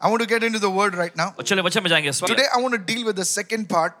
I want to get into the word right now. और चले वचन में जाएंगे इस Today, वक्त I want to deal with the second part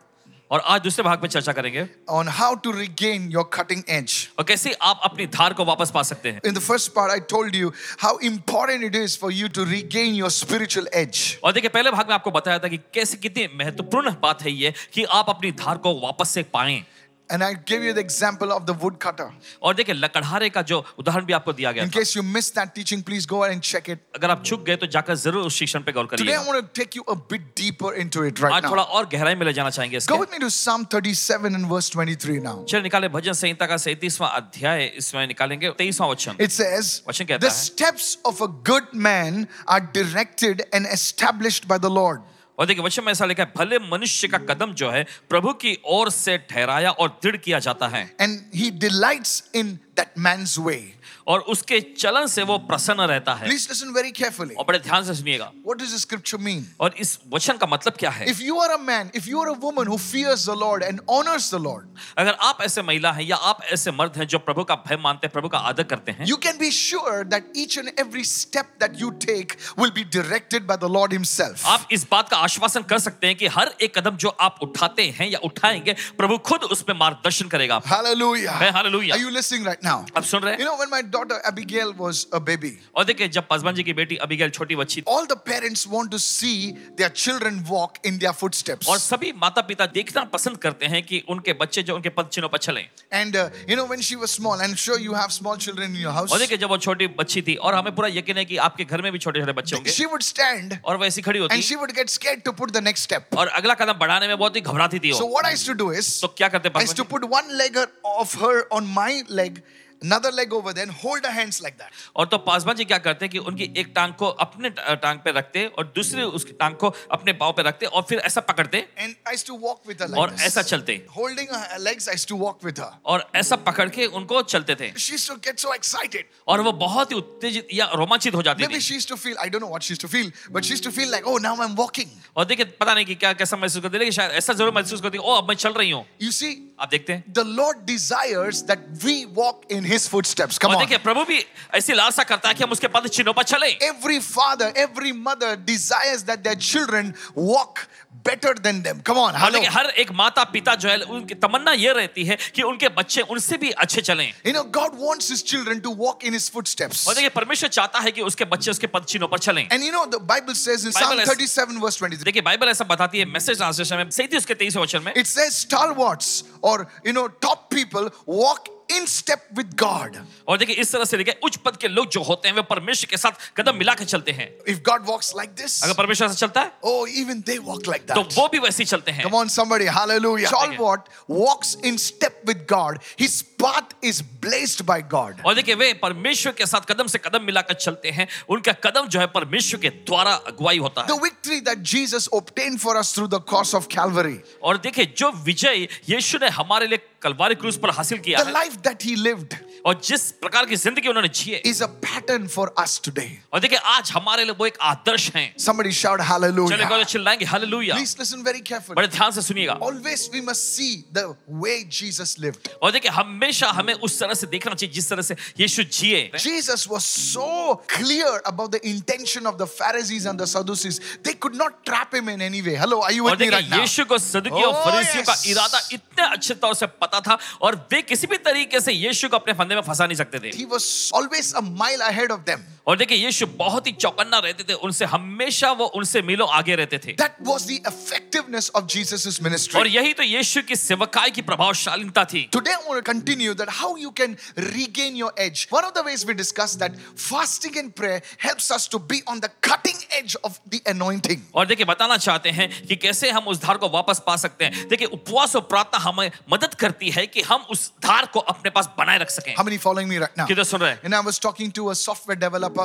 और आज दूसरे भाग में चर्चा करेंगे on how to regain your cutting edge. और कैसे आप अपनी धार को वापस पा सकते हैं In the first part, I told you how important it is for you to regain your spiritual edge. और देखिए पहले भाग में आपको बताया था कि कैसे कितनी महत्वपूर्ण बात है ये कि आप अपनी धार को वापस से पाएं And I gave you the example of the woodcutter. और देखिए लकड़हारे का जो उदाहरण भी आपको दिया गया In था case you missed that teaching, please go and check it. अगर आप चुक गए तो जाकर जरूर उस शिक्षण पे गौर Today, I करिए want to take you a bit deeper into it right आज थोड़ा now. और गहराई में ले जाना चाहेंगे Go इसके with me to Psalm 37 and verse 23 now. चल निकाले भजन संहिता का सैतीसवां अध्याय इसमें निकालेंगे तेईसवां वचन It says, वचन कहता The है। steps of a good man are directed and established by the Lord. और देखिए वचन में ऐसा लिखा है भले मनुष्य का कदम जो है प्रभु की ओर से ठहराया और दृढ़ किया जाता है And he delights in that man's way. और उसके चलन से वो प्रसन्न रहता है Please listen very carefully. और बड़े ध्यान से सुनिएगा What does the scripture mean? और इस वचन का मतलब क्या है If you are a man, if you are a woman who fears the Lord and honors the Lord, अगर आप ऐसे महिला हैं या आप ऐसे मर्द हैं जो प्रभु का भय मानते हैं प्रभु का आदर करते हैं you can be sure that each and every step that you take will be directed by the Lord Himself. आप इस बात का आश्वासन कर सकते हैं कि हर एक कदम जो आप उठाते हैं या उठाएंगे प्रभु खुद उसमें मार्गदर्शन करेगा आप Hallelujah. Hey, hallelujah. Are you listening right now? आप सुन रहे You हैं know, when my daughter Abigail was a baby, और देखिए जब पासवान जी की बेटी अबिगैल छोटी बच्ची थी, all the parents want to see their children walk in their footsteps. और सभी माता पिता देखना पसंद करते हैं कि उनके बच्चे जो उनके पद चिन्हों पर चलें And uh, you know, when she was small, and sure you have small children in your house, और देखिए जब वो छोटी बच्ची थी और हमें पूरा यकीन है कि आपके घर में भी छोटे छोटे बच्चे होंगे she would stand और वो ऐसी खड़ी and होती she would get scared to put the next step. और अगला कदम बढ़ाने में बहुत ही घबराती थी So, वो what I used to do is, तो क्या करते I used to Paswan ji? put one leg of her on my leg, another leg over there, and hold her hands like that. और तो पासवान जी क्या करते हैं कि उनकी एक टांग को अपने टा- टांग पे रखते और दूसरी उसकी टांग को अपने पाँव पे रखते और फिर ऐसा पकड़ते And I used to walk with her like और this. ऐसा चलते Holding her legs, I used to walk with her. और ऐसा पकड़ के उनको चलते थे She used to get so excited. और वो बहुत ही उत्तेजित या रोमांचित हो जाती Maybe थी she used to feel, I don't know what she used to feel, but she used to feel like, oh, now I'm walking. और देखिए पता नहीं कि क्या कैसा महसूस करती लेकिन शायद ऐसा जरूर महसूस करती ओ अब मैं चल रही हूँ You see, आप देखते हैं the Lord desires that we walk in His footsteps. Come और on. देखिए प्रभु भी ऐसी लालसा करता है कि हम उसके पद चिन्हों पर चले Every father, every mother desires that their children walk better than them. Come on, hello. देखिए हर एक माता पिता जो है उनकी तमन्ना ये रहती है कि उनके बच्चे उनसे भी अच्छे चलें You know, God wants His children to walk in His footsteps. और देखिए परमेश्वर चाहता है कि उसके बच्चे उसके पद चिन्हों पर चलें And you know, the Bible says in Bible Psalm has- 37, verse 23, देखिए बाइबल ऐसा बताती है मैसेज ट्रांसलेशन में सही थी उसके तेईस वचन में it says, stalwarts or, you know, top people walk in step with God. और देखिए इस तरह से देखिए उच्च पद के लोग जो होते हैं वे परमेश्वर के साथ कदम मिला के चलते हैं If God walks like this, अगर परमेश्वर से चलता है oh, even they walk like तो that. वो भी वैसे ही चलते हैं Come on, somebody, hallelujah. Okay. Stalwart walks in step with God, his path is blazed by God. और देखिए वे परमेश्वर के साथ कदम से कदम मिलाकर चलते हैं उनका कदम जो है परमेश्वर के द्वारा अगुवाई होता है The victory that Jesus obtained for us through the cross of Calvary, और देखिए जो विजय यीशु ने हमारे लिए कलवारी क्रूस पर हासिल किया the है life that he lived, और जिस प्रकार की जिंदगी उन्होंने जिए is a pattern for us today. और देखिए आज हमारे लिए वो एक आदर्श हैं Somebody shout चले गौर hallelujah. चिल्लाएंगे hallelujah Please listen very carefully. बड़े ध्यान से सुनिएगा Always we must see the way Jesus lived. और देखिए हमेशा हमें उस तरह से देखना चाहिए जिस तरह से यीशु जिए Jesus was so clear about the intention of the Pharisees and the Sadducees. They could not trap him in any way. Hello, are you और with me देखिए right now? यीशु को सदुकी और Oh, फरीसियों का yes. इरादा इतने अच्छे तौर से पता था और वे किसी भी तरीके से यीशु को अपने फंदे में फंसा नहीं सकते थे He was always a mile ahead of them. और देखिए यीशु बहुत ही चौकन्ना रहते थे उनसे हमेशा वो उनसे मिलों आगे रहते थे That was the effectiveness of Jesus' और ministry. यही तो यीशु की सेवकाई की प्रभावशालीता थी Today I want to continue that how you can regain your edge. One of the ways we discussed that fasting and prayer helps us to be on the cutting edge of the anointing. और देखिए बताना चाहते हैं कि कैसे हम उस धार को वापस पा सकते हैं देखिए उपवास और प्रार्थना हमें मदद करती है कि हम उस धार को अपने पास बनाए रख सकें How many following me right now? किधर सुन रहे हैं And I was talking to a software developer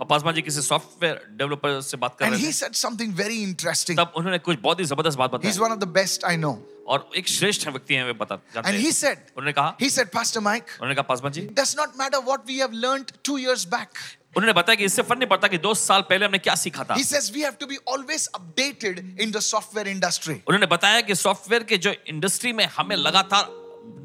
और पासवान जी किसी सॉफ्टवेयर डेवलपर से बात कर and रहे he थे said something very interesting. तब उन्होंने कुछ बहुत ही जबरदस्त बात He's बताई one of the best I know. और एक श्रेष्ठ व्यक्ति हैं वे बता जानते And हैं he said, उन्होंने कहा he said, Pastor Mike, उन्होंने कहा Paswan ji it does not matter what we have learned two years back. उन्होंने बताया कि इससे फर्क नहीं पड़ता कि दो साल पहले हमने क्या सीखा था He says we have to be always updated in the software industry. उन्होंने बताया कि सॉफ्टवेयर के जो इंडस्ट्री में हमें लगातार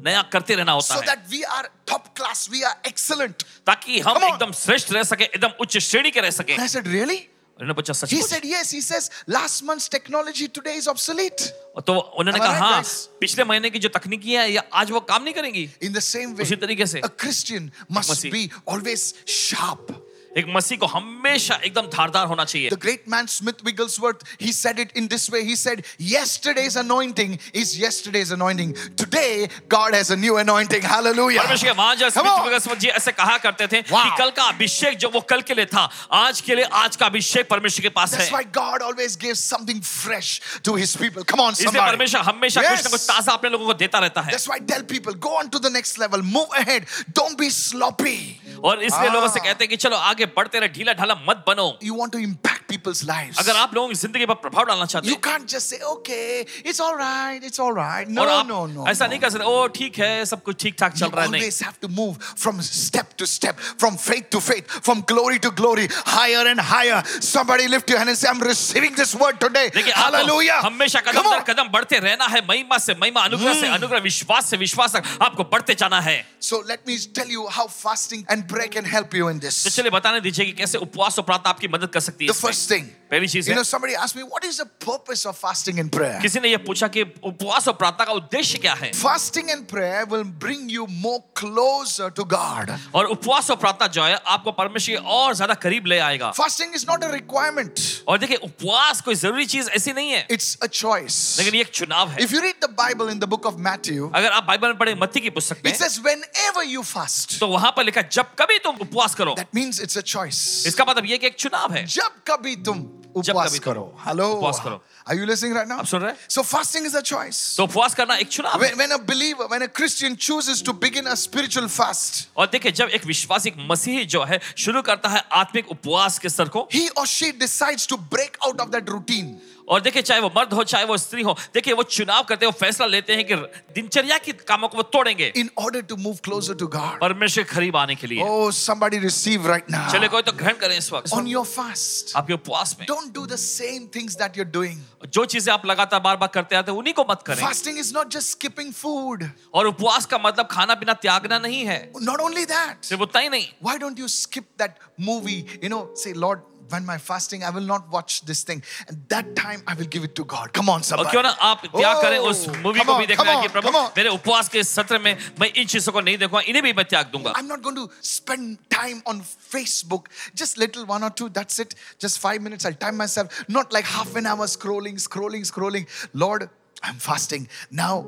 नया करते रहना होता So है that we are top class, we are excellent. ताकि हम Come on. एकदम श्रेष्ठ रह सके एकदम उच्च श्रेणी के रह सके And I said, Really? उन्होंने पूछा सच He said, Yes. He says, Last month's technology today is obsolete. तो उन्होंने Am I कहा right, हाँ guys?" पिछले महीने की जो तकनीकी है ये आज वो काम नहीं करेंगी In the same way, उसी तरीके से a Christian must मसीह। be always sharp. एक मसीह को हमेशा एकदम धारदार होना चाहिए The great man Smith Wigglesworth, he said it in this way. He said, Yesterday's anointing is yesterday's anointing. Today, God has a new anointing. Hallelujah. परमेश्वर के महाराजा Come स्मिथ on. विगसवत जी ऐसे कहा करते थे Wow. कि कल का अभिषेक जो वो कल के लिए था आज के लिए आज का अभिषेक परमेश्वर के पास है That's why God always gives something fresh to his people. Come on, इसलिए somebody. परमेश्वर हमेशा कुछ ना कुछ Yes. ताजा अपने लोगों को देता रहता है That's why I tell people go on to the next level, move ahead, don't be sloppy. और इसलिए लोगों से Ah. कहते हैं कि चलो आगे बढ़ते रहे ढीला ढाला मत बनो You want to impact people's lives. अगर आप लोगों की जिंदगी पर प्रभाव डालना चाहते You हैं can't just say, okay, it's all right, it's all right. No, और आप no, no. ऐसा no. नहीं कर सकते ओ ठीक है सब कुछ ठीक ठाक You चल रहा है नहीं always have to move from step to step, from faith to faith, from glory to glory, higher and higher. Somebody lift your hand and say, I'm receiving this word today. देखिए आपको Hallelujah. हमेशा Come Kadam there on. Hmm. कदम बढ़ते रहना है महिमा से महिमा अनुग्रह से अनुग्रह विश्वास से विश्वास तक आपको बढ़ते जाना है So let me tell you how fasting and prayer can help you in तो this. चलिए बताने दीजिए कि कैसे उपवास और प्रार्थना आपकी मदद कर सकती है The इसमें। first thing. पहली चीज You है know, somebody asked me, what is the purpose of fasting and prayer? किसी ने ये पूछा कि उपवास और प्रार्थना का उद्देश्य क्या है Fasting and prayer will bring you more closer to God. और उपवास और प्रार्थना जो है आपको परमेश्वर के और ज्यादा करीब ले आएगा Fasting is not a requirement, और देखिए उपवास कोई जरूरी चीज ऐसी नहीं है it's a choice. लेकिन ये एक चुनाव है If you read the Bible in the book of Matthew, अगर आप बाइबल में पढ़े मत्ती की पुस्तक में it says, whenever you fast, तो वहां पर लिखा है, जब कभी तुम उपवास करो that means it's a choice. इसका मतलब ये कि एक चुनाव है जब कभी तुम जब उपवास कभी तुम करो हेलो उपवास करो। are you listening right now आप सुन रहे हैं? so fasting is a choice तो उपवास करना एक चुनाव है when, when a believer when a christian chooses to begin a spiritual fast और देखिए जब एक विश्वासी एक मसीही जो है शुरू करता है आत्मिक उपवास के स्तर को he or she decides to break out of that routine और देखिए चाहे वो मर्द हो चाहे वो स्त्री हो देखिए वो चुनाव करते हैं वो फैसला लेते हैं कि दिनचर्या के कामों को वो तोड़ेंगे in order to move closer to god परमेश्वर के करीब आने के लिए Oh, somebody receive right now. चले कोई तो ग्रहण करें इस वक्त On your fast, आपके उपवास में don't do the same things that you're doing. जो चीजें आप लगातार बार बार करते आते हैं उन्हीं को मत करें Fasting is not just skipping food. और उपवास का मतलब खाना पीना त्यागना नहीं है Not only that, सिर्फ उतना ही नहीं why don't you skip that movie? You know, say, Lord, when my fasting, I will not watch this thing. And that time I will give it to God. Come on, और क्यों somebody. ना आप त्याग Oh, करें उस movie come को भी on, देखना come कि on, प्रभु come on. मेरे उपवास के सत्र में मैं इन चीजों को नहीं देखूंगा इन्हें भी मैं त्याग दूंगा I'm not going to spend time on Facebook. Just little one or two, that's it. Just five minutes, I'll time myself. Not like half an hour scrolling, scrolling, scrolling. Lord, I'm fasting. Now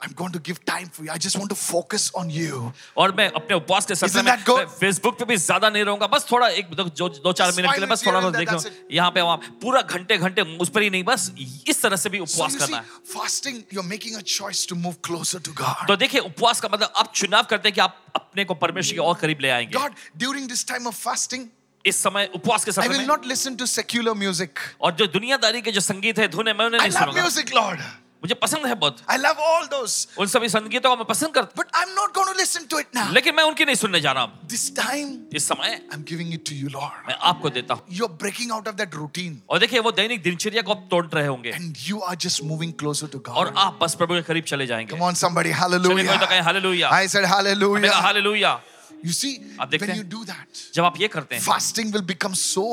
I'm going to give time for you. I just want to focus on you. और मैं अपने उपवास के सत्र Isn't में that good? Facebook पे भी ज्यादा नहीं रहूंगा बस थोड़ा एक दो, जो- दो चार Just मिनट के लिए five बस थोड़ा minutes बहुत here देख and लूं there, that's यहाँ पे वहाँ पूरा घंटे घंटे उस पर ही नहीं बस इस तरह से भी So उपवास you see, करना है fasting, you're making a choice to move closer to God. तो देखिए उपवास का मतलब आप चुनाव करते हैं कि आप अपने को परमेश्वर के और करीब ले आएंगे God, during this time of fasting, इस समय उपवास के I सत्र will में not listen to secular music. और जो दुनियादारी के जो संगीत है धुन है मैं उन्हें I नहीं love सुनूंगा music, Lord. मुझे पसंद है बहुत I love all those. उन सभी संगीतों को मैं पसंद करता But I'm not going to listen to it now. हूं लेकिन मैं उनकी नहीं सुनने जा रहा हूं This time, इस समय I'm giving it to you, Lord. मैं आपको देता हूं you're breaking out of that routine और देखिए वो दैनिक दिनचर्या को आप तोड़ रहे होंगे and you are just moving closer to God. और आप बस प्रभु के करीब चले जाएंगे Come on, somebody, चलिए कोई तो कहे hallelujah. हालेलुया I said मैंने कहा hallelujah. हालेलुया You see, आप देखते when हैं? you do that, जब आप ये करते हैं fasting will become so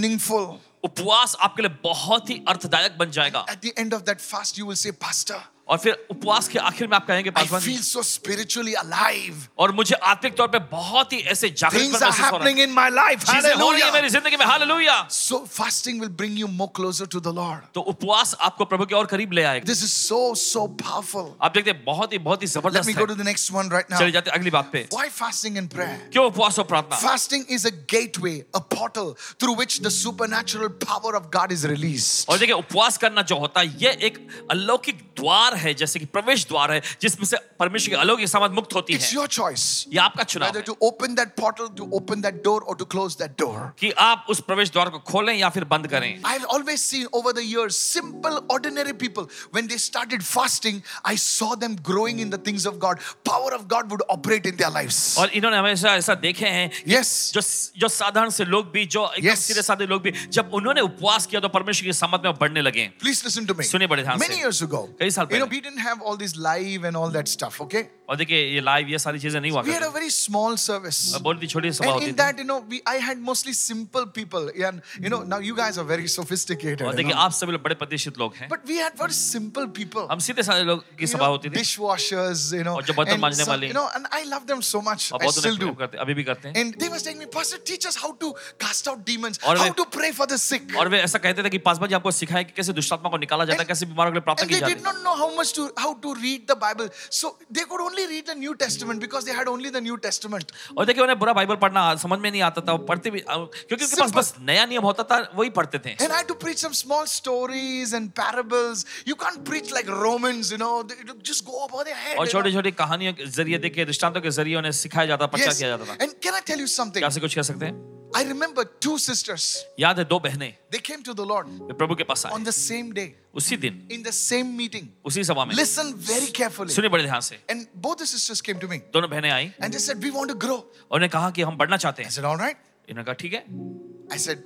meaningful. उपवास आपके लिए बहुत ही अर्थदायक बन जाएगा At the end of that fast, you will say, Pastor, और फिर उपवास के आखिर में आप कहेंगे I Paswan ji, feel so spiritually alive. और मुझे आत्मिक तौर पे बहुत ही ऐसे जागरूक Things are महसूस हो रहा happening in my life. है चीजें हो रही है मेरी Hallelujah. जिंदगी में hallelujah So, fasting will bring you more closer to the Lord. तो उपवास आपको प्रभु के और करीब ले आएगा This is so, so powerful. आप देखते हैं बहुत ही बहुत ही Let जबरदस्त me है go to the next one right now. चले जाते हैं अगली बात पे Why fasting and prayer? क्यों उपवास और प्रार्थना Fasting is a gateway, a portal through which the supernatural power of God is released. और देखिए उपवास करना जो होता है ये एक अलौकिक द्वार है जैसे कि प्रवेश द्वार है जिसमें से परमेश्वर की अलौकिक सामर्थ मुक्त होती It's है your choice ये आपका चुनाव whether है to open that portal, to open that door, or to close that door. कि आप उस प्रवेश द्वार को खोलें या फिर बंद करें I've always seen over the years simple, ordinary people, when they started fasting, I saw them growing in the things of God. Power of God would operate in their lives. और इन्होंने हमेशा ऐसा देखे हैं Yes. जो जो साधारण से लोग भी जो एकदम Yes. सीधे साधे लोग भी जब उन्होंने उपवास किया तो परमेश्वर की सामर्थ में बढ़ने लगे Please listen to me. सुनिए बड़े ध्यान से। Many years ago, कई साल you know, पहले। we didn't have all this live and all that stuff, okay? और देखिए ये लाइव ये सारी चीजें नहीं हुआ We had करती a very small service. और बहुत ही छोटी सभा And होती in थी that, you know, we, I had mostly simple people. And, you know, now you guys are very sophisticated. you और Oh, देखिए know. आप सभी लोग बड़े प्रतिष्ठित लोग हैं But we had very simple people. हम सीधे सारे लोग की You सभा know, होती थी dishwashers, you know. और जो बर्तन and मांजने वाले। you know, and I love them so much. और I बहुत still लोग do. करते अभी भी करते हैं And they was telling me, Pastor, teach us how to cast out demons, और how वे- to pray for the sick. और वे ऐसा कहते थे कि पासवान जी आपको सिखाया कि कैसे दुष्टात्मा को निकाला जाता है And- कैसे बीमारों के लिए प्रार्थना And की they जाती did है not know how much to how to read the Bible. So they could only read the New Testament because they had only the New Testament. और देखिए उन्हें पूरा बाइबल पढ़ना आ- समझ में नहीं आता था वो पढ़ते भी क्योंकि उनके पास Simple. बस नया नियम होता था वही पढ़ते थे And I had to preach some small stories and parables. You can't preach like Romans, you know, they- it'll just go over their head. और you छोटी know. छोटी कहानियों के जरिए देखिए दृष्टांतों के जरिए उन्हें सिखाया जाता प्रचार Yes. किया जाता था And can I tell you something? क्या से कुछ कह सकते हैं I remember two sisters. याद है दो बहनें They came to the Lord वे प्रभु के पास आए on the same day, उसी दिन in the same meeting. उसी सभा में Listen very carefully. सुनिए बड़े ध्यान से And both the sisters came to me दोनों बहनें आई and they said, We want to grow. और उन्हें कहा कि हम बढ़ना चाहते I हैं said, All right. इन्होंने कहा ठीक है I said,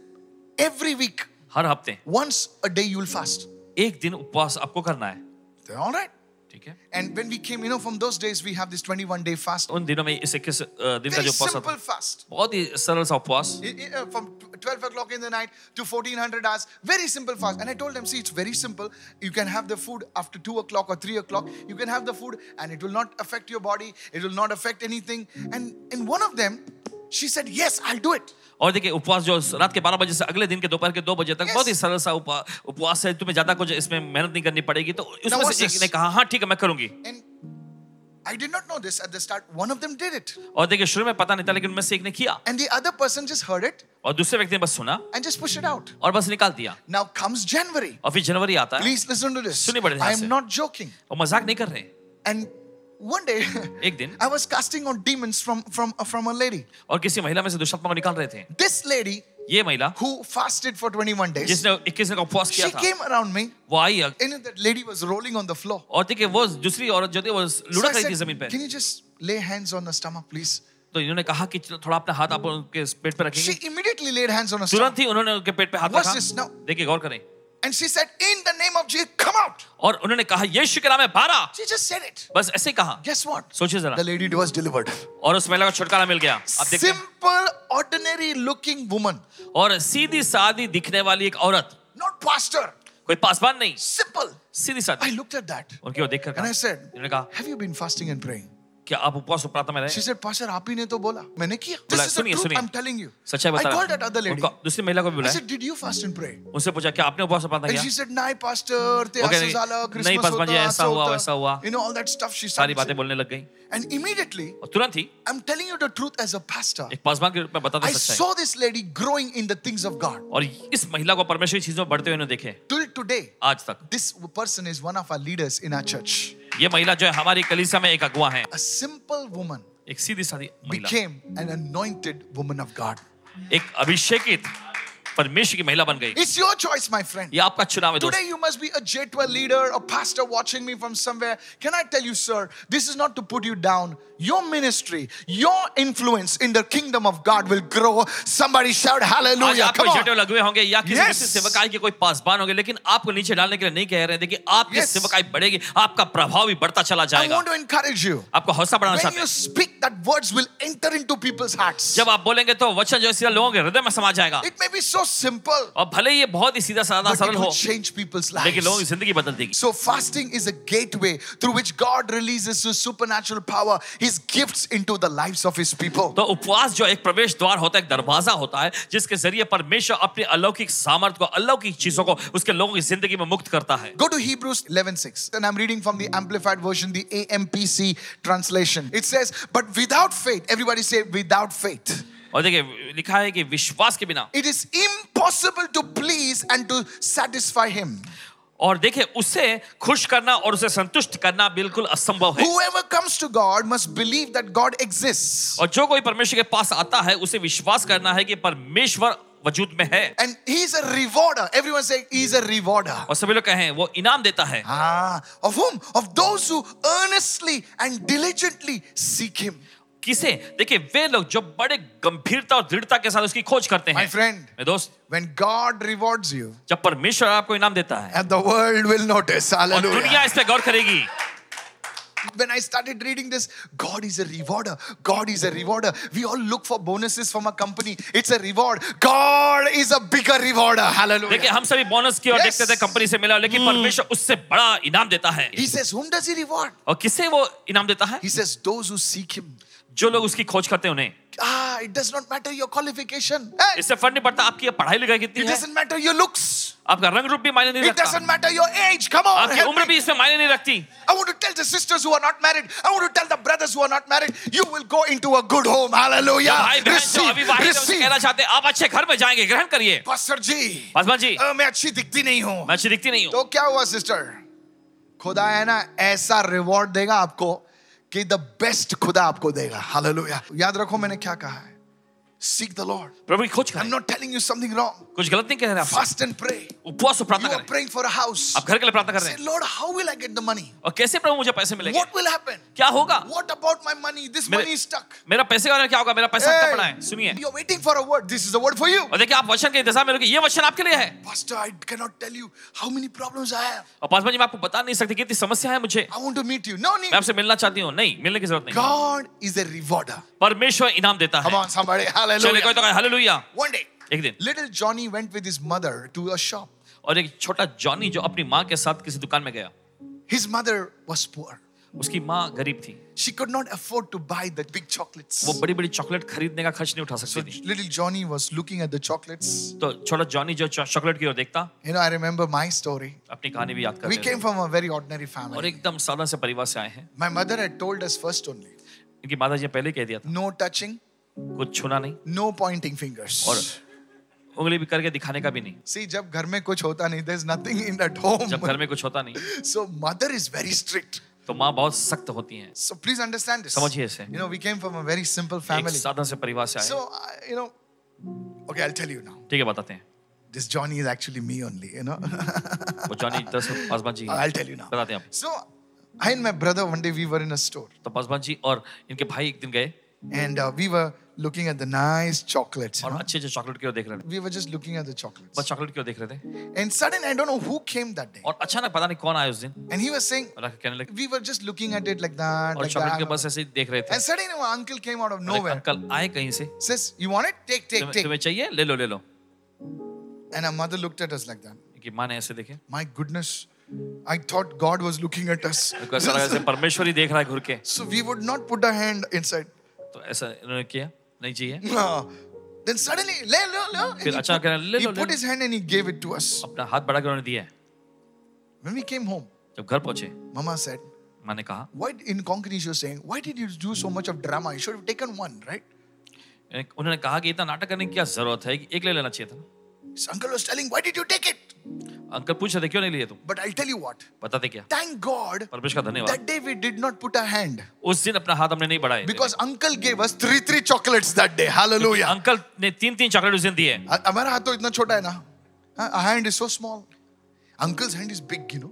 Every week, हर हफ्ते once a day, you'll fast. एक दिन उपवास आपको करना है They're all right. ठीक है And when we came, you know, from those days, we have this 21 day fast. उन दिनों में इस इक्कीस दिन का Very जो उपवास होता simple है fast. बहुत ही सरल सा उपवास I- I- uh, From tw- 12 o'clock in the night to 1400 hours. Very simple fast. And I told them, see, it's very simple. You can have the food after 2 o'clock or 3 o'clock. You can have the food and it will not affect your body. It will not affect anything. And in one of them, she said, yes, I'll do it. और देखिए उपवास जो रात के 12 बजे से अगले दिन के दोपहर के 2 बजे तक Yes. बहुत ही सरल सा उपवा- उपवास है तुम्हें ज्यादा कुछ इसमें मेहनत नहीं करनी पड़ेगी तो उसमें what's से एक this? ने कहा हाँ ठीक है मैं करूंगी And I did not know this at the start. One of them did it. और देखिए शुरू में पता नहीं था लेकिन उनमें से एक ने किया And the other person just heard it और दूसरे व्यक्ति ने बस सुना and just pushed it out. और बस निकाल दिया Now comes January. और फिर जनवरी आता है Please listen to this. सुनिए बड़े ध्यान I से। am not joking. और मजाक नहीं कर रहे हैं। And one day, एक दिन I was casting out demons from, from, uh, from a lady. और किसी महिला में से दुष्टात्मा को निकाल रहे थे This lady ये महिला who fasted for 21 days, जिसने 21 दिन का उपवास किया she था came around me. वो आई और And that lady was rolling on the floor. और देखिए वो दूसरी औरत जो थी वो So I लुढ़क रही थी said, जमीन पे Can you just lay hands on her stomach, please? तो इन्होंने कहा कि चलो थोड़ा अपना हाथ आप उनके पेट पे रखेंगे Hmm. She immediately laid hands on her stomach. तुरंत ही उन्होंने उनके पेट पे हाथ What's रखा this now? देखिए गौर करें And she said, In the name of Jesus, come out. और उन्होंने कहा यीशु के नाम में बारा She just said it. बस ऐसे ही कहा Guess what? सोचिए जरा The lady was delivered. और उस महिला को छुटकारा मिल गया आप देखते हैं। Simple, ordinary looking woman, और सीधी सादी दिखने वाली एक औरत not pastor. कोई पासवान नहीं Simple. सीधी I सादी looked at that उनकी ओर देखकर and कहा I said, इन्होंने कहा Have you been fasting and praying? क्या आप उपवास और प्रार्थना में She रहे said, Pastor, आप ही ने तो बोला मैंने किया बोला, This is the सुनिए, truth सुनिए। I'm telling you. सच्चाई I बता called that other lady. उनको दूसरी महिला को भी I बुलाया said, Did you fast and pray? उनसे पूछा क्या आपने उपवास और प्रार्थना And किया she said, नहीं पास्टर ते वो कह आसू रही, झालं, नहीं, क्रिसमस पास्टर जी, होतं, ऐसा असं हुआ, होतं." वैसा हुआ. You know all that stuff she सारी started बातें saying. बोलने लग गई And immediately, और तुरंत ही I'm telling you the truth as a pastor. एक पासवान के रूप में बताता I सच्चाई saw this lady growing in the things of God. और इस महिला को परमेश्वर की चीजों में बढ़ते हुए इन्होंने देखे Till today, आज तक this person is one of our leaders in our church. ये महिला जो है हमारी कलीसिया में एक अगुवा है A simple woman एक सीधी सादी महिला became an anointed woman of God. एक अभिषेकित परमेश्वर की महिला बन गई It's your choice, my friend. ये आपका चुनाव है दोस्त Today, you must be a J12 leader, a pastor watching me from somewhere. Can I tell you, sir, this is not to put you down. Your ministry, your influence in the kingdom of God will grow. Somebody shout आज hallelujah. आप Come कोई जटे on. लगे होंगे या किसी Yes. yes. सेवकाई के कोई पासबान होंगे लेकिन आपको नीचे डालने के लिए नहीं कह रहे हैं देखिए आपकी Yes. सेवकाई बढ़ेगी आपका प्रभाव भी बढ़ता चला I जाएगा want to encourage you. आपको हौसला बढ़ाना When चाहते you हैं speak, that words will enter into people's hearts. जब आप बोलेंगे तो वचन जो है सीधा लोगों के हृदय में समा जाएगा It may be so simple, और भले ये बहुत ही सीधा साधा but it सरल हो will change people's लेकिन लोगों की lives. जिंदगी बदल देगी So, fasting is a gateway through which God releases His supernatural power, His gifts into the lives of His people. तो उपवास जो एक प्रवेश द्वार होता है एक दरवाजा होता है जिसके जरिए परमेश्वर अपने अलौकिक सामर्थ को अलौकिक चीजों को उसके लोगों की जिंदगी में मुक्त करता है Go to Hebrews 11:6 and I'm reading from the amplified version the AMPC translation. It says, "But without faith, everybody say without faith, और देखिए लिखा है कि विश्वास के बिना it is impossible to please and to satisfy him. और देखिए उसे खुश करना और उसे संतुष्ट करना बिल्कुल असंभव है Whoever comes to God must believe that God exists और जो कोई परमेश्वर के पास आता है उसे विश्वास करना है कि परमेश्वर वजूद में है and he is a rewarder." Everyone say he is a rewarder. और सभी लोग कहें वो इनाम देता है Ah, of whom? Of those who earnestly and diligently seek him. किसे देखिए वे लोग जो बड़े गंभीरता और दृढ़ता के साथ उसकी खोज करते My हैं friend, मेरे दोस्त when God rewards you, जब परमेश्वर आपको इनाम देता है and the world will notice. और Hallelujah. दुनिया इस पे गौर करेगी when I started reading this, God is a rewarder. God is a rewarder. We all look for bonuses from a company. It's a reward. God is a bigger rewarder. देखिए Hallelujah. हम सभी bonus की ओर Yes. Hmm. देखते थे company से मिला लेकिन परमेश्वर उससे बड़ा इनाम देता है He says, Whom does he reward? और किसे वो इनाम देता है He says, Those who seek him. जो लोग उसकी खोज करते हैं उन्हें Ah, it does not matter your qualification. Hey, इससे फर्क नहीं पड़ता आपकी ये पढ़ाई लिखाई कितनी it है doesn't matter your looks. आपका रंग रूप भी मायने नहीं It doesn't रखता matter your age. Come on. आपकी help उम्र me. भी इसमें मायने नहीं रखती I want to tell the sisters who are not married. I want to tell the brothers who are not married. You will go into a good home. जो Hallelujah. भाई बहन जो अविवाहित है उसे receive. कहना चाहते हैं आप अच्छे घर में जाएंगे ग्रहण करिए Pastor Ji. पासवान जी अ, मैं अच्छी दिखती नहीं हूं मैं अच्छी दिखती नहीं हूँ तो क्या हुआ सिस्टर खुदा है ना ऐसा रिवॉर्ड देगा आपको कि द बेस्ट खुदा आपको देगा हालेलुया याद रखो मैंने क्या कहा है सीक द लॉर्ड प्रभु की खोज आई एम करें not telling you something wrong कुछ गलत नहीं कह रहे आप फास्ट एंड प्रे उपवास और प्रार्थना यू आर करें प्रेइंग फॉर अ हाउस आप घर के लिए प्रार्थना कर रहे से हैं lord how will I get the money और कैसे प्रभु मुझे पैसे मिलेंगे व्हाट विल हैपन क्या होगा what about my money this मेरे- मनी इज स्टक मेरा पैसे के बारे में क्या होगा मेरा पैसा अटका पड़ा है सुनिए you are waiting for a word this is a word for you और देखिए आप वचन के इंतजार में रुके ये वचन आपके लिए है Pastor, I cannot tell you how many problems I have. और पासवान जी मैं आपको बता नहीं सकती कितनी समस्या है मुझे I want to meet you. No need. मैं आपसे मिलना चाहती हूँ नहीं मिलने की जरूरत नहीं God is a rewarder. परमेश्वर इनाम देता Come है on, somebody. चले कोई Hallelujah. तो कहे हालेलुया One day, एक दिन little Johnny went with his mother to a shop. और एक छोटा जॉनी जो अपनी माँ के साथ किसी दुकान में गया His mother was poor. उसकी माँ गरीब थी She could not afford to buy the big chocolates. वो बड़ी बड़ी चॉकलेट खरीदने का खर्च नहीं उठा So सकती थी little Johnny was looking at the chocolates. तो छोटा जॉनी जो चॉ- चॉकलेट की ओर देखता You know, I remember my story. अपनी कहानी भी याद We करते came हैं from a very ordinary और family. एकदम सादा से परिवार से आए हैं My mother had told us first only इनकी माता जी ने पहले ही कह दिया था no touching, कुछ छूना नहीं no pointing fingers. और उंगली भी करके दिखाने का भी नहीं See, जब घर में कुछ होता नहीं, there's nothing in that जब home. घर में कुछ होता नहीं So mother is very strict. तो माँ बहुत सख्त होती हैं So please understand this. समझिए इसे। You know, we came from a very simple एक family. सादा से परिवार से आए हैं। So, I- you know, okay, I'll tell you now. ठीक है बताते हैं This Johnny is actually me only, you know. वो जॉनी दरअसल पासवान जी हैं। I'll tell you now. बताते हैं आप So, I and my brother one day we were in a store तो पासवान जी और इनके भाई एक दिन गए and uh, we were looking at the nice chocolates. you और know. अच्छे अच्छे चॉकलेट की ओर देख रहे थे We were just looking at the chocolates. बस चॉकलेट की ओर देख रहे थे And suddenly, I don't know who came that day. और अचानक पता नहीं कौन आया उस दिन And he was saying, और आके कहने लगे we were just looking at it like that. और Like चॉकलेट that. के बस ऐसे ही देख रहे थे And suddenly, my uncle came out of और एक nowhere. अंकल आए कहीं से Says, You want it? Take, take, तुम्हें take. तुम्हें चाहिए ले लो ले लो And our mother looked at us like that. कि माँ ने ऐसे देखे My goodness, I thought God was looking at us. उनको ऐसा लगा जैसे परमेश्वर ही देख रहा है घूर के So we would not put our hand inside. तो ऐसा इन्होंने किया नहीं चाहिए No. Uh, Then suddenly, le, le, le. And फिर he अचानक कहने लगे, put, he ले लो ले put लो his hand and he gave it to us. अपना हाथ बढ़ा के उन्होंने दिया When we came home, जब घर पहुंचे Mama said, माँ ने कहा why, in Konkani, she was saying, why did you do so much of drama? You should have taken one, right? एक- उन्होंने कहा कि इतना नाटक करने की क्या जरूरत है कि एक ले लेना चाहिए था His uncle was telling, why did you take it? Uncle पूछ रहे थे क्यों नहीं लिए तुम But I'll tell you what, बताते क्या thank God, परमेश का धन्यवाद that day we did not put our hand. उस दिन अपना हाथ हमने नहीं बढ़ाया Because uncle gave us three, three chocolates that day. Hallelujah. Uncle ने तीन तीन चॉकलेट उस दिन दिए Ha- हमारा हाथ तो इतना छोटा है ना our hand is so small uncle's hand is big you know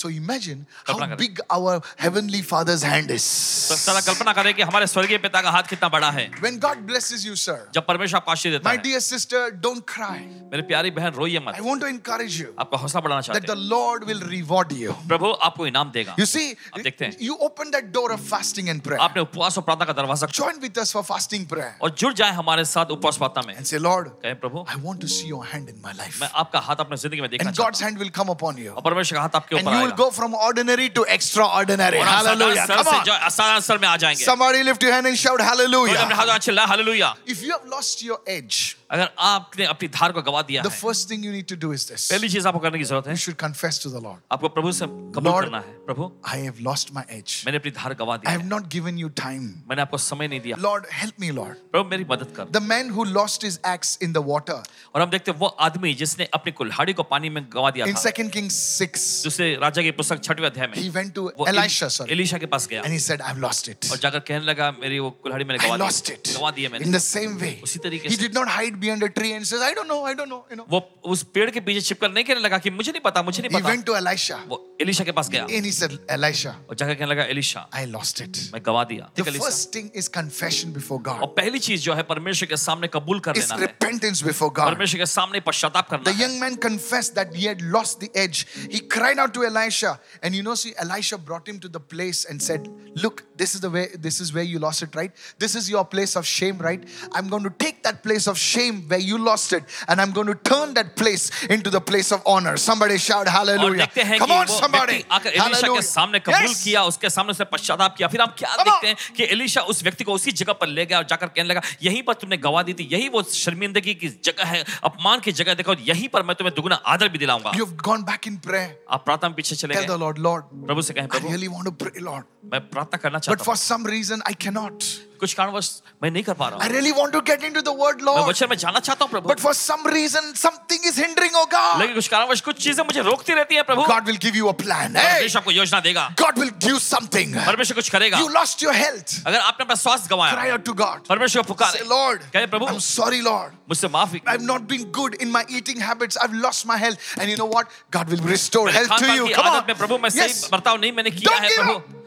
so imagine how कल्पना करें। big our heavenly father's hand is तो जरा कल्पना करें कि हमारे स्वर्गीय पिता का हाथ कितना बड़ा है when god blesses you sir जब परमेश्वर आपको आशीष देता my है dear sister don't cry मेरी प्यारी बहन रोइए i मत want to encourage you आपका हौसला बढ़ाना that चाहते the हैं lord will reward you प्रभु आपको इनाम देगा you see अब देखते हैं। you open that door of fasting and prayer आपने उपवास और प्रार्थना का दरवाजा खोला join with us for fasting prayer और जुड़ जाए हमारे साथ उपवास प्रार्थना में and say lord कहे प्रभु i want to see your hand in my life मैं आपका हाथ अपने जिंदगी में देखना and चाहता god's hand will come upon you हूं। और परमेश्वर का हाथ आपके and ऊपर you will आएगा go from ordinary to extraordinary और आप hallelujah साधारण स्तर come से on जो असाधारण स्तर में आ जाएंगे Somebody lift your hand and shout और अपने hallelujah. हाथ अच्छे ला hallelujah If you have lost your edge, अगर आपने अपनी धार को गवा दिया the है first thing you need to do is this. पहली You चीज आपको करने की जरूरत है should confess to the Lord आपको प्रभु से कबूल Lord- करना है प्रभु I have lost my edge. मैंने अपनी धार गवा I दी have है not given you time. मैंने आपको समय नहीं दिया Lord, help me, Lord. प्रभु मेरी मदद कर The man who lost his axe in the water और हम देखते हैं वो आदमी जिसने अपनी कुल्हाड़ी को पानी में गवा दिया in था 2 Kings 6, दूसरे राजा की पुस्तक छठवें अध्याय में he went to वो Elisha, sorry, एलिशा के पास गया and he said, I've lost it. और जाकर कहने लगा मेरी वो कुल्हाड़ी मैंने I गवा lost दी it. गवा दी है In मैंने the same way, उसी तरीके he से। did not hide behind a tree and says, I don't know, I don't know. You know, वो उस पेड़ के पीछे छिपकर नहीं कहने लगा कि मुझे नहीं पता मुझे नहीं he पता went to Elisha. वो एलिशा के पास गया And he said, Elisha, और जाकर कहने लगा एलिशा I lost it. मैं गवा दिया The देख Elisha first thing is confession before और God, पहली चीज जो है परमेश्वर के सामने कबूल कर it's लेना है repentance before God. परमेश्वर के सामने पश्चाताप करना The है young man confessed that he had lost the edge. He cried out to Elisha, and you know, see, Elisha brought him to the place and said, "Look, this is the way. This is where you lost it, right? This is your place of shame, right? I'm going to take that place of shame where you lost it, and I'm going to turn that place into the place of honor." Somebody shout और hallelujah! देखते हैं Come कि on, वो somebody! व्यक्ति आकर Elisha के सामने कबूल Yes. किया उसके सामने उसने पश्चाताप किया फिर हम क्या Come on. देखते हैं कि एलिशा उस व्यक्ति को उसी जगह पर ले गया और जाकर कहने लगा यहीं पर तुमने गवा दी थी यही वो शर्मिंदगी की जगह है अपमान की जगह है, देखो और यहीं पर मैं तुम्हें दुगुना आदर भी दिलाऊंगा You've gone back in prayer. आप प्रार्थना में पीछे चले Tell गए the Lord, Lord, प्रभु से कहें I Prabhu really want to pray, Lord, मैं प्रार्थना करना but चाहता for some reason I cannot. हूं कुछ कारणवश मैं नहीं कर पा रहा I हूं really want to get into the word, मैं Lord. वचन में जाना चाहता हूं प्रभु But for some reason, something is hindering, oh God. लेकिन कुछ कारणवश कुछ चीजें मुझे रोकती रहती है प्रभु God will give you a plan. Hey, परमेश्वर आपको योजना देगा God will do something. परमेश्वर कुछ करेगा You lost your health. अगर आपने अपना स्वास्थ्य गवाया Cry out to God. परमेश्वर को Say, पुकारे Lord, कहे प्रभु I'm sorry, Lord. मुझसे माफी I've not been good in my eating habits. I've lost my health. And you know what? God will restore health to खानपान you. की Come आदत on. में प्रभु मैं Yes. सही बर्ताव नहीं मैंने किया Don't है give up. Prabhu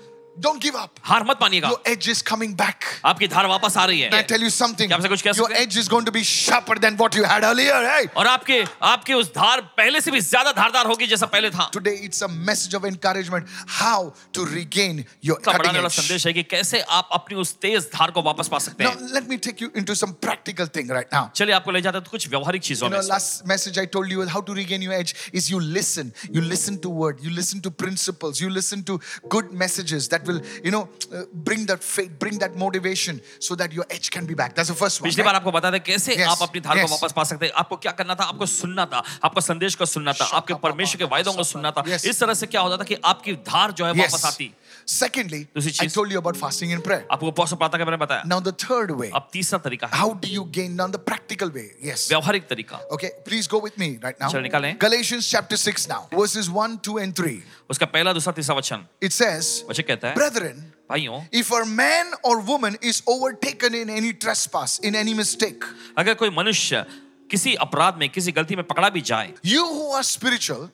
Don't give up. हार मत मानिएगा Your edge is coming back. आपकी धार वापस आ रही Can I है tell you something? क्या आपसे कुछ कह Your सकते हैं? edge is going to be sharper than what you had earlier. Hey. और आपके आपके उस धार पहले से भी ज्यादा धारदार होगी जैसा पहले था Today it's a message of encouragement. How to regain your का cutting बढ़ाने वाला edge. संदेश है कि कैसे आप अपनी उस तेज धार को वापस पा सकते Now हैं let me take you into some practical thing right now. चलिए आपको ले जाते हैं तो कुछ व्यवहारिक चीजों You में know, last message I told you how to regain your edge is you listen. You listen to word. You listen to principles. You listen to good messages that will, you know, uh, bring that faith, bring that motivation, so that your edge can be back. That's the first one. पिछली right? बार आपको बता दें कैसे Yes, आप अपनी धार को yes. वापस पा सकते हैं आपको क्या करना था आपको सुनना था आपको संदेश को सुनना था Shut आपके up, परमेश्वर के Papa. वायदों को Shut सुनना up. था Yes. इस तरह से क्या होता था कि आपकी धार जो है वापस Yes. आती Secondly, दूसरी I चीज- told you about fasting and prayer. आपको उपवास और प्रार्थना के बारे में बताया Now the third way. अब तीसरा तरीका है How do you gain? Now the practical way. Yes. व्यवहारिक तरीका Okay, please go with me right now. चलो निकालें। Galatians chapter 6 now, verses 1, 2, and 3. उसका पहला दूसरा तीसरा वचन It says, वचन कहता है Brethren, भाइयों if a man or woman is overtaken in any trespass, in any mistake, अगर कोई मनुष्य किसी अपराध में किसी गलती में पकड़ा भी जाए you who are spiritual,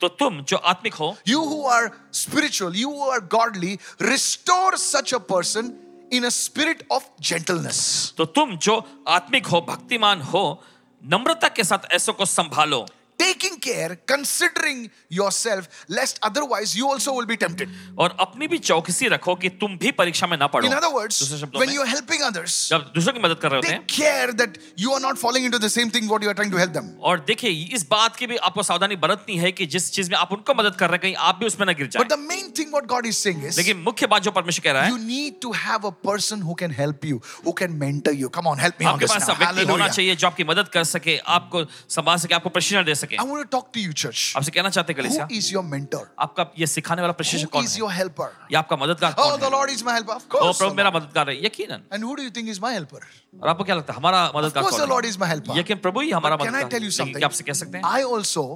तो तुम जो आत्मिक हो you who are spiritual, you who are godly, restore such a person in a spirit of gentleness. तो तुम जो आत्मिक हो भक्तिमान हो नम्रता के साथ ऐसों को संभालो Taking care, considering yourself, lest otherwise you also will be tempted. और अपनी भी चौकसी रखो कि तुम भी परीक्षा में ना पड़ो In other words, दूसरे शब्दों when में you're helping others, जब दूसरों की मदद कर रहे होते take हैं care that you are not falling into the same thing what you are trying to help them. और देखिए इस बात की भी आपको सावधानी बरतनी है कि जिस चीज में आप उनको मदद कर रहे हैं कहीं आप भी उसमें ना गिर But जाए the main thing what God is saying is लेकिन मुख्य बात जो परमेश्वर कह रहा है you need to have a person who can help you, who can mentor you. Come on, help me on आपके this पास now. ऐसा व्यक्ति होना Hallelujah. चाहिए जो आपकी मदद कर सके आपको संभाल सके आपको प्रशिक्षण दे सके I want to talk to you, church. आपसे कहना चाहते हैं, Who कलीसिया is your mentor? आपका ये सिखाने वाला Who प्रशिक्षक कौन is है your helper? ये आपका मददगार Oh, कौन the है Lord is my helper. Of ओ course. the प्रभु मेरा Lord. मददगार है यकीनन And who do you think is my helper? और आपको क्या लगता है हमारा मददगार course the कौन Lord is my helper. है यकीन प्रभु ही हमारा But can I मददगार tell you है। लेकिन something? क्या आपसे कह सकते हैं I also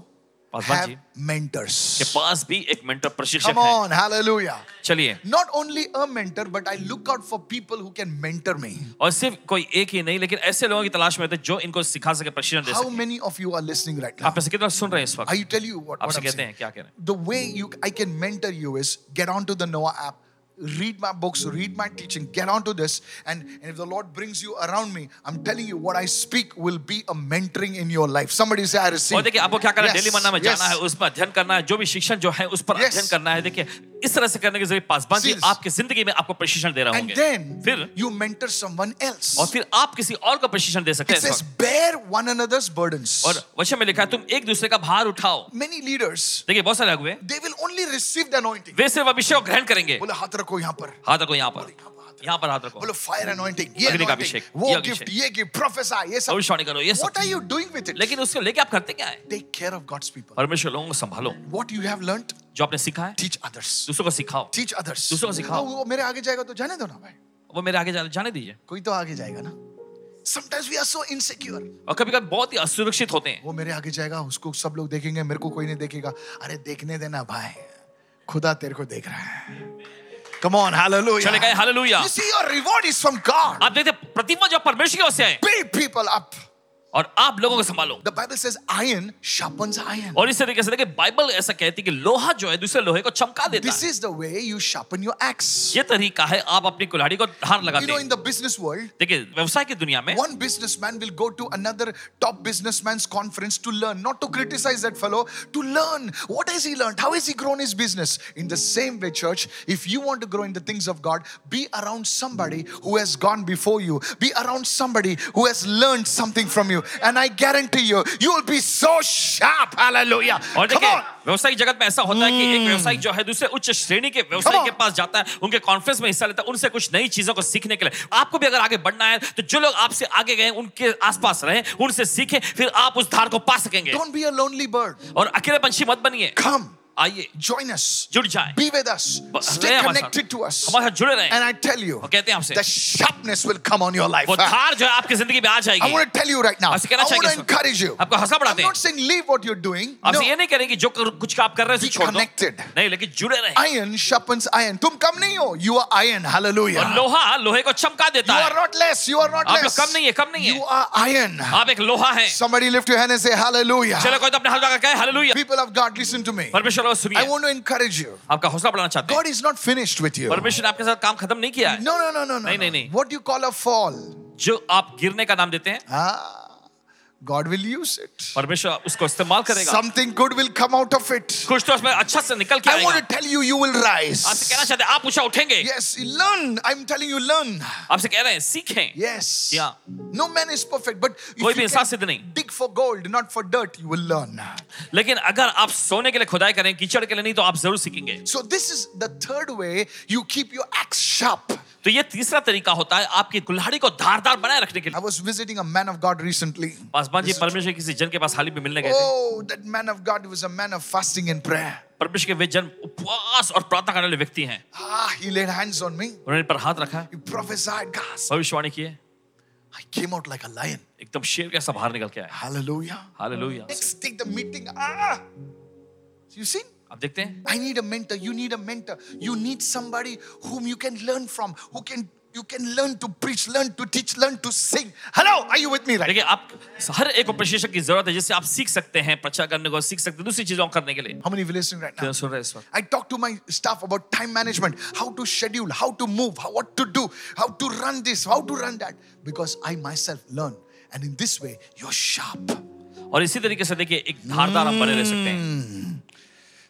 पासवान have जी। के mentors. पास भी एक मेंटर Come प्रशिक्षक है on, hallelujah. चलिए Not only a mentor, but I look out for people who can mentor me. और सिर्फ कोई एक ही नहीं लेकिन ऐसे लोगों की तलाश में होते हैं जो इनको सिखा सके प्रशिक्षण दे How सके many of you are listening right now? आप में से कितना सुन रहे हैं इस वक्त I tell you what, what आपसे I'm कहते saying. हैं क्या कह रहे हैं The way you I can mentor you is get onto the Noah app, read my books, read my teaching, get onto this, and, and if the Lord brings you around me, I'm telling you what I speak will be a mentoring in your life. Somebody say I receive. और Oh, देखिए आपको क्या करना है Yes, daily manna में yes. जाना है उस पर अध्ययन करना है जो भी शिक्षण जो है उस पर Yes. अध्ययन करना है देखिए इस तरह से करने के जरिए पासवान जी Serious. आपकी जिंदगी में आपको प्रशिक्षण दे रहे And होंगे then फिर you mentor someone else. और फिर आप किसी और को प्रशिक्षण दे सकते It हैं इस says वक्त। bear one another's burdens. और वचन में लिखा है तुम एक दूसरे का भार उठाओ Many leaders देखिए बहुत सारे अगुए they will only receive the anointing. वे सिर्फ अभिषेक को ग्रहण करेंगे बोले हाथ रखो यहाँ पर हाथ रखो यहाँ पर यहाँ पर हाथ रखो। यहाँ पर हाथ रखो बोले फायर अनोइंटिंग ये अग्नि anointing, का अभिषेक, वो ये गिफ्ट अभिषेक। ये गिफ्ट प्रोफेसर ये सब भविष्यवाणी करो ये What सब are you doing with it? लेकिन उसको लेके आप करते क्या है Take care of God's people. परमेश्वर लोगों को संभालो What you have learnt, जो आपने सीखा है teach others. दूसरों को सिखाओ Teach others. दूसरों को सिखाओ। वो वो मेरे आगे जाएगा तो जाने दो ना भाई वो मेरे आगे जाने जाने दीजिए कोई तो आगे जाएगा ना Sometimes we are so insecure. और कभी कभी बहुत ही असुरक्षित होते हैं वो मेरे आगे जाएगा उसको सब लोग देखेंगे मेरे को कोई नहीं देखेगा अरे देखने देना भाई खुदा तेरे को देख रहा है Come on, hallelujah. चले गए hallelujah You see, your reward is from God. आप देखते हैं, प्रतिमा जो परमेश्वर की ओर से है Pay people up. और आप लोगों को संभालो The Bible says iron sharpens iron. और इस तरीके से देखिए बाइबल ऐसा कहती है कि लोहा जो है दूसरे लोहे को चमका देता This है is the way you sharpen your axe. ये तरीका है आप अपनी कुल्हाड़ी को धार You लगाते know, हैं in the business world, देखिए व्यवसाय की दुनिया में one businessman will go to another top businessman's conference to learn, not to criticize that fellow, to learn what has he learned, how has he grown his business. In the same way, church, if you want to grow in the things of God, be around somebody who has gone before you, be around somebody who has learned something from you, and I guarantee you, you will be so sharp. Hallelujah! और Come देखिए on. Hmm. व्यवसायिक जगत में ऐसा होता है कि एक व्यवसायिक जो है दूसरे उच्च श्रेणी के व्यवसायी Come के on. पास जाता है उनके कॉन्फ्रेंस में हिस्सा लेता है उनसे कुछ नई चीजों को सीखने के लिए आपको भी अगर आगे बढ़ना है तो जो लोग आपसे आगे गए उनके आसपास रहे उनसे सीखें फिर आप उस धार को पा सकेंगे Don't be a lonely bird. और अकेले पंछी मत बनिए Come, आइए join us. जुड़ जाए Be with us. Stay रहे हमारे connected to us. हमारे साथ जुड़े रहे And I tell you, और कहते हैं आपसे the sharpness will come on your life. वो धार जो है आपकी जिंदगी में आ I जाएगी want to tell you right now. I आपसे कहना want चाहेंगे to इसमें। encourage you. आपको हंसा I'm बढ़ाते हैं not saying leave what you're doing. No. आपसे ये नहीं करेंगे जो कर- कुछ आप कर रहे हैं उसे Be छोड़ दो connected. नहीं लेकिन जुड़े रहे Iron sharpens iron. तुम कम नहीं हो. You are iron. और Hallelujah. लोहा लोहे को चमका You देता are है not less. You are not आप less. लोग कम नहीं है कम नहीं You है are iron. आप एक लोहा है Somebody lift your hand and say hallelujah. चलो कोई तो अपने हाथ लगा के hallelujah People of God, listen to me. परमेश्वर को I सुनिए want to encourage you. आपका हौसला बढ़ाना चाहते हैं God is not finished with you. परमेश्वर ने आपके साथ काम खत्म नहीं किया है No, no, no, no, no. नहीं, नहीं, नहीं। What do you call a fall? जो आप गिरने का नाम देते हैं Ah, God will use it. परमेश्वर उसको इस्तेमाल करेगा Something good will come out of it. कुछ तो उसमें अच्छा से निकल के I आएगा want to tell you, you will rise. आपसे कहना चाहते हैं आप ऊंचा उठेंगे Yes, learn. I'm telling you, learn. आपसे कह रहे हैं सीखें Yes. Yeah. No man is perfect, but if कोई भी you इंसान can सिद्ध नहीं। dig for gold, not for dirt, you will learn. लेकिन अगर आप सोने के लिए खुदाई करें कीचड़ के लिए नहीं तो आप जरूर सीखेंगे So this is the third way you keep your axe sharp. तो ये तीसरा तरीका होता है आपकी कुल्हाड़ी को धारदार बनाए रखने के I लिए was visiting a man of God recently. Paswan ji परमेश्वर किसी जन के पास हाल ही में मिलने गए थे Oh, that man of God was a man of fasting and prayer. परमेश्वर के वे जन उपवास और प्रार्थना करने वाले व्यक्ति हैं Ah, he laid hands on me. उन्होंने पर हाथ रखा He prophesied, guys. भविष्यवाणी किए I came out like a lion. एकदम शेर के बाहर निकल के आया Hallelujah. Hallelujah Next, take the meeting. Ah, you see? आप देखते हैं I need a mentor. You need a mentor. You need somebody whom you can learn from, who can you can learn to preach, learn to teach, learn to sing. Hello, are you with me right? देखिए आप हर एक को प्रशिक्षक की जरूरत है जिससे आप सीख सकते हैं प्रचार करने को सीख सकते हैं दूसरी चीजों को करने के लिए How many of you listening right now? तो सुन रहे हैं इस वक्त I talk to my staff about time management, how to schedule, how to move, how, what to do, how to run this, how to run that, because I myself learn. And in this way, you're sharp. और इसी तरीके से देखिए एक धारदार आप बने रह सकते हम्म। हैं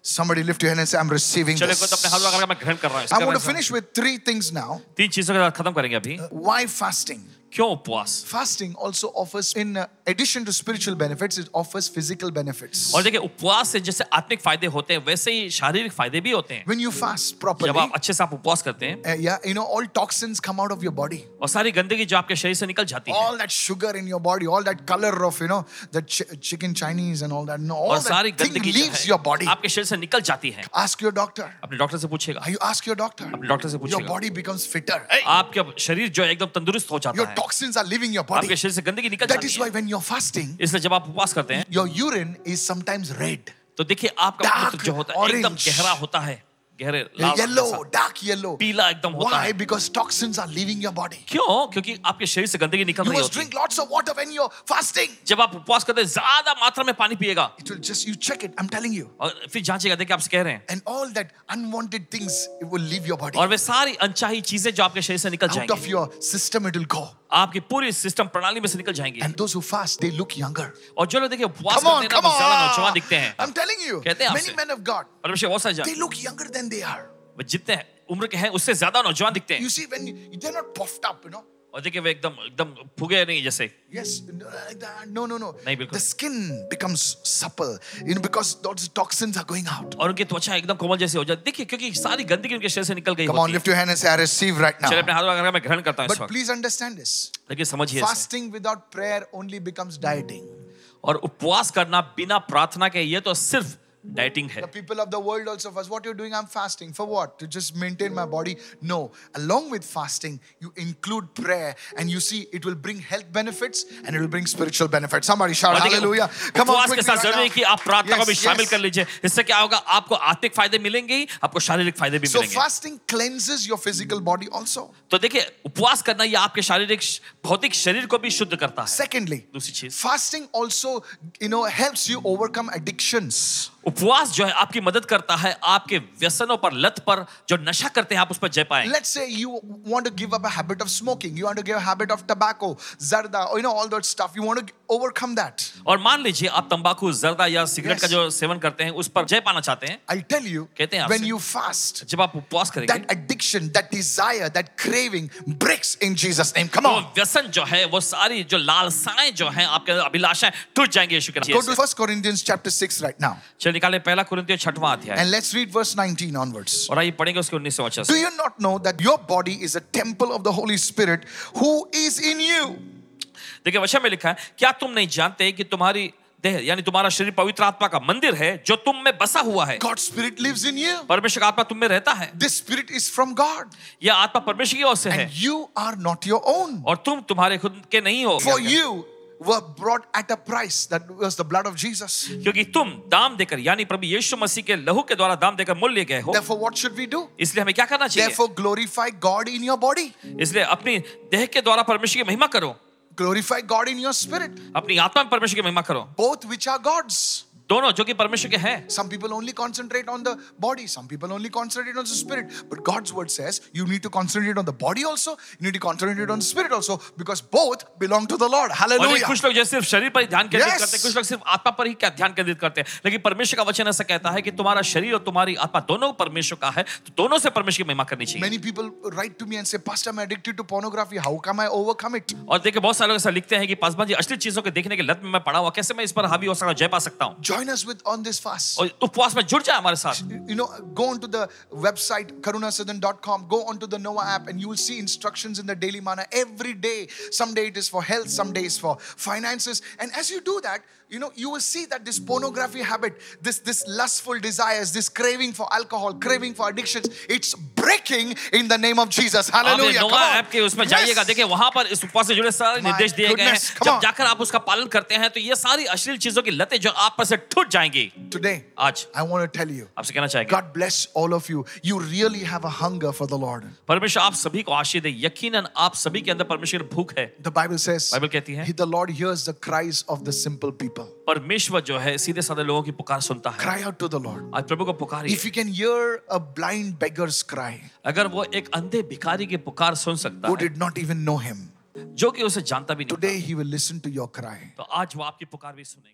Somebody lift your hand and say, I'm receiving चले को तो अपने this. हाथ लगा के मैं ग्रहण कर रहा हूं I want इसका to finish Uh. with three things now. मैं- तीन चीजों के साथ खत्म करेंगे अभी Why fasting? क्यों उपवास fasting also offers in uh, addition to spiritual benefits it offers physical benefits और देखिए उपवास से जैसे आत्मिक फायदे होते हैं वैसे ही शारीरिक फायदे भी होते हैं when you fast properly जब आप अच्छे से आप उपवास करते हैं uh, yeah you know all toxins come out of your body और सारी गंदगी जो आपके शरीर से निकल जाती है all that sugar in your body all that color of you know the ch- chicken chinese and all that no all और सारी that thing गंदगी जो leaves your है body आपके शरीर से निकल जाती है ask your doctor अपने डॉक्टर से पूछेगा Are you ask your doctor अपने डॉक्टर से your पूछेगा body becomes fitter Hey, आपका शरीर जो है एकदम तंदुरुस्त हो your जाता है toxins are leaving your आपके body शरीर से गंदगी निकल that जाती is why है when you're fasting इसलिए जब आप उपवास करते हैं your urine is sometimes red तो देखिए आपका Dark मूत्र जो होता है एकदम orange. गहरा होता है गहरे लाल रंग yellow का सा। dark yellow पीला एकदम होता why है because toxins are leaving your body क्यों क्योंकि आपके शरीर से गंदगी निकल You रही must होती है drink lots of water when you're fasting. जब आप उपवास करते हैं ज्यादा मात्रा में पानी पिएगा It will just, you check it, I'm telling you. और फिर जांचेगा देखिए आपसे कह रहे हैं And all that unwanted things, it will leave your body. और वे सारी अनचाही चीजें जो आपके शरीर से निकल Out जाएंगी of your system, it will go. आपकी पूरी सिस्टम प्रणाली में से निकल जाएंगी And those who fast, they look younger. और जो लोग देखिए उपवास Come करते on, हैं ना, come वो ज्यादा नौजवान on. दिखते हैं I'm telling you, कहते हैं many आपसे। men of God, परमेश्वर बहुत सारे they जान look younger than they are. वो जितने उम्र के हैं उससे ज्यादा नौजवान दिखते हैं You see, when you, they're not puffed up, you know. और देखिए वे एकदम एकदम फूगे नहीं जैसे Yes, no, like that. no, no, no. नहीं, बिल्कुल The skin becomes supple, you know, because those toxins are going out. और उनकी त्वचा एकदम कोमल जैसी हो जाती है। देखिए क्योंकि सारी गंदगी उनके शरीर से निकल गई Come on, होती है। lift your hand and say, I receive right चलिए now. अपने हाथ वगैरह मैं ग्रहण करता हूँ इस But वक्त please understand this. लेकिन समझिए इसे। Fasting without prayer only becomes dieting. और उपवास करना बिना प्रार्थना के ये तो सिर्फ डाइटिंग है The people of the world also fast. What you're doing, I'm fasting. For what? To just maintain my body? No. Along with fasting, you include prayer and you see it will bring health benefits and it will bring spiritual benefits. Somebody shout और देखिए, hallelujah. Come on, उपवास के quickly साथ right जरूरी है now. कि आप प्रार्थना को Yes, भी शामिल yes. कर लीजिए इससे क्या होगा आपको आर्थिक फायदे मिलेंगे ही आपको शारीरिक फायदे भी So मिलेंगे fasting cleanses your physical body also. तो देखिए उपवास करना ये आपके शारीरिक भौतिक शरीर को भी शुद्ध करता है Secondly, दूसरी चीज fasting also, you know, helps you overcome addictions. उपवास जो है आपकी मदद करता है आपके व्यसनों पर लत पर जो नशा करते हैं आप उस पर जय पाएंगे Let's say you want to give up a habit of smoking, you want to give a habit of tobacco, zarda, or you know, all that stuff. You want to overcome that. और मान लीजिए आप तंबाकू जर्दा या cigarette Yes. का जो सेवन करते हैं उस पर जय पाना चाहते हैं I'll tell you, कहते हैं आपसे। when you fast, जब आप उपवास करेंगे that addiction, that desire, that craving breaks in Jesus' name. Come तो on. व्यसन जो है वो सारी जो लालसाएं जो हैं आपके अंदर अभिलाषाएं टूट जाएंगी यीशु के Go नाम to से। 1 Corinthians chapter 6 right now. चलिए निकाले पहला कुरिन्थियों छठवां अध्याय And let's read verse 19 onwards. और आइए पढ़ेंगे उसके 19 वचन Do से। you not know that your body is a temple of the Holy Spirit who is in you? देखिए वचन में लिखा है क्या तुम नहीं जानते कि तुम्हारी देह यानी तुम्हारा शरीर पवित्र आत्मा का मंदिर है जो तुम में बसा हुआ है God's Spirit lives in you. परमेश्वर का आत्मा तुम में रहता है This Spirit is from God. यह आत्मा परमेश्वर की ओर से है And you are not your own. और तुम तुम्हारे खुद के नहीं हो For you were brought at a price that was the blood of Jesus. क्योंकि तुम दाम देकर यानी प्रभु यीशु मसीह के लहू के द्वारा दाम देकर मूल्य गए हो Therefore, what should we do? इसलिए हमें क्या करना चाहिए Therefore, glorify God in your body, इसलिए अपनी देह के द्वारा परमेश्वर की महिमा करो glorify God in your spirit, अपनी आत्मा में परमेश्वर की महिमा करो both which are God's. दोनों जो कि परमेश्वर के हैं Some people only concentrate on the body, some people only concentrate on the spirit. But God's word says you need to concentrate on the body also, you need to concentrate on the spirit also, because both belong to the Lord. और ये Hallelujah. कुछ लोग जो सिर्फ शरीर पर ही ध्यान केंद्रित Yes. करते हैं कुछ लोग सिर्फ आत्मा पर ही क्या ध्यान केंद्रित करते हैं लेकिन परमेश्वर का वचन ऐसा कहता है कि तुम्हारा शरीर और तुम्हारी आत्मा दोनों परमेश्वर का है तो दोनों से परमेश्वर की महिमा करनी चाहिए Many people write to me and say, Pastor, I'm addicted to pornography. How come I overcome it? और देखिए बहुत सारे लोग ऐसा लिखते हैं कि पासवान जी असली चीजों के देखने के लत में मैं पड़ा हुआ कैसे मैं इस पर हावी हो सकता हूं, जय पा सकता हूँ Join us with on this fast. और उपवास में जुड़ जाए हमारे साथ you know go onto the website karunasadan.com go onto the noah app and you will see instructions in the daily manna every day someday it is for health some days for finances and as you do that you know you will see that this pornography habit this this lustful desires this craving for alcohol craving for addictions it's breaking in the name of jesus आप ये hallelujah नोवा Come on. App के उसमें Yes. जाइएगा देखिए वहां पर इस उपवास से जुड़े सारे My निर्देश दिए गए हैं goodness, come जब on. जाकर आप उसका पालन करते हैं तो ये सारी अश्लील चीजों की लतें जो आप पर से टूट जाएंगी today आज i want to tell you आपसे कहना चाहेंगे god bless all of you you really have a hunger for the lord परमेश्वर आप सभी को आशीष दे यकीनन आप सभी के अंदर परमेश्वर की भूख है the bible says बाइबल कहती है He- the lord hears the cries of the simple people परमेश्वर जो है सीधे साधे लोगों की पुकार सुनता है cry out to the Lord. आज प्रभु को पुकारिए If you can hear a blind beggar's cry अगर वो एक अंधे भिखारी की पुकार सुन सकता who है did not even know him, जो कि उसे जानता भी नहीं today he will listen to your cry. तो आज वो आपकी पुकार भी सुनेगा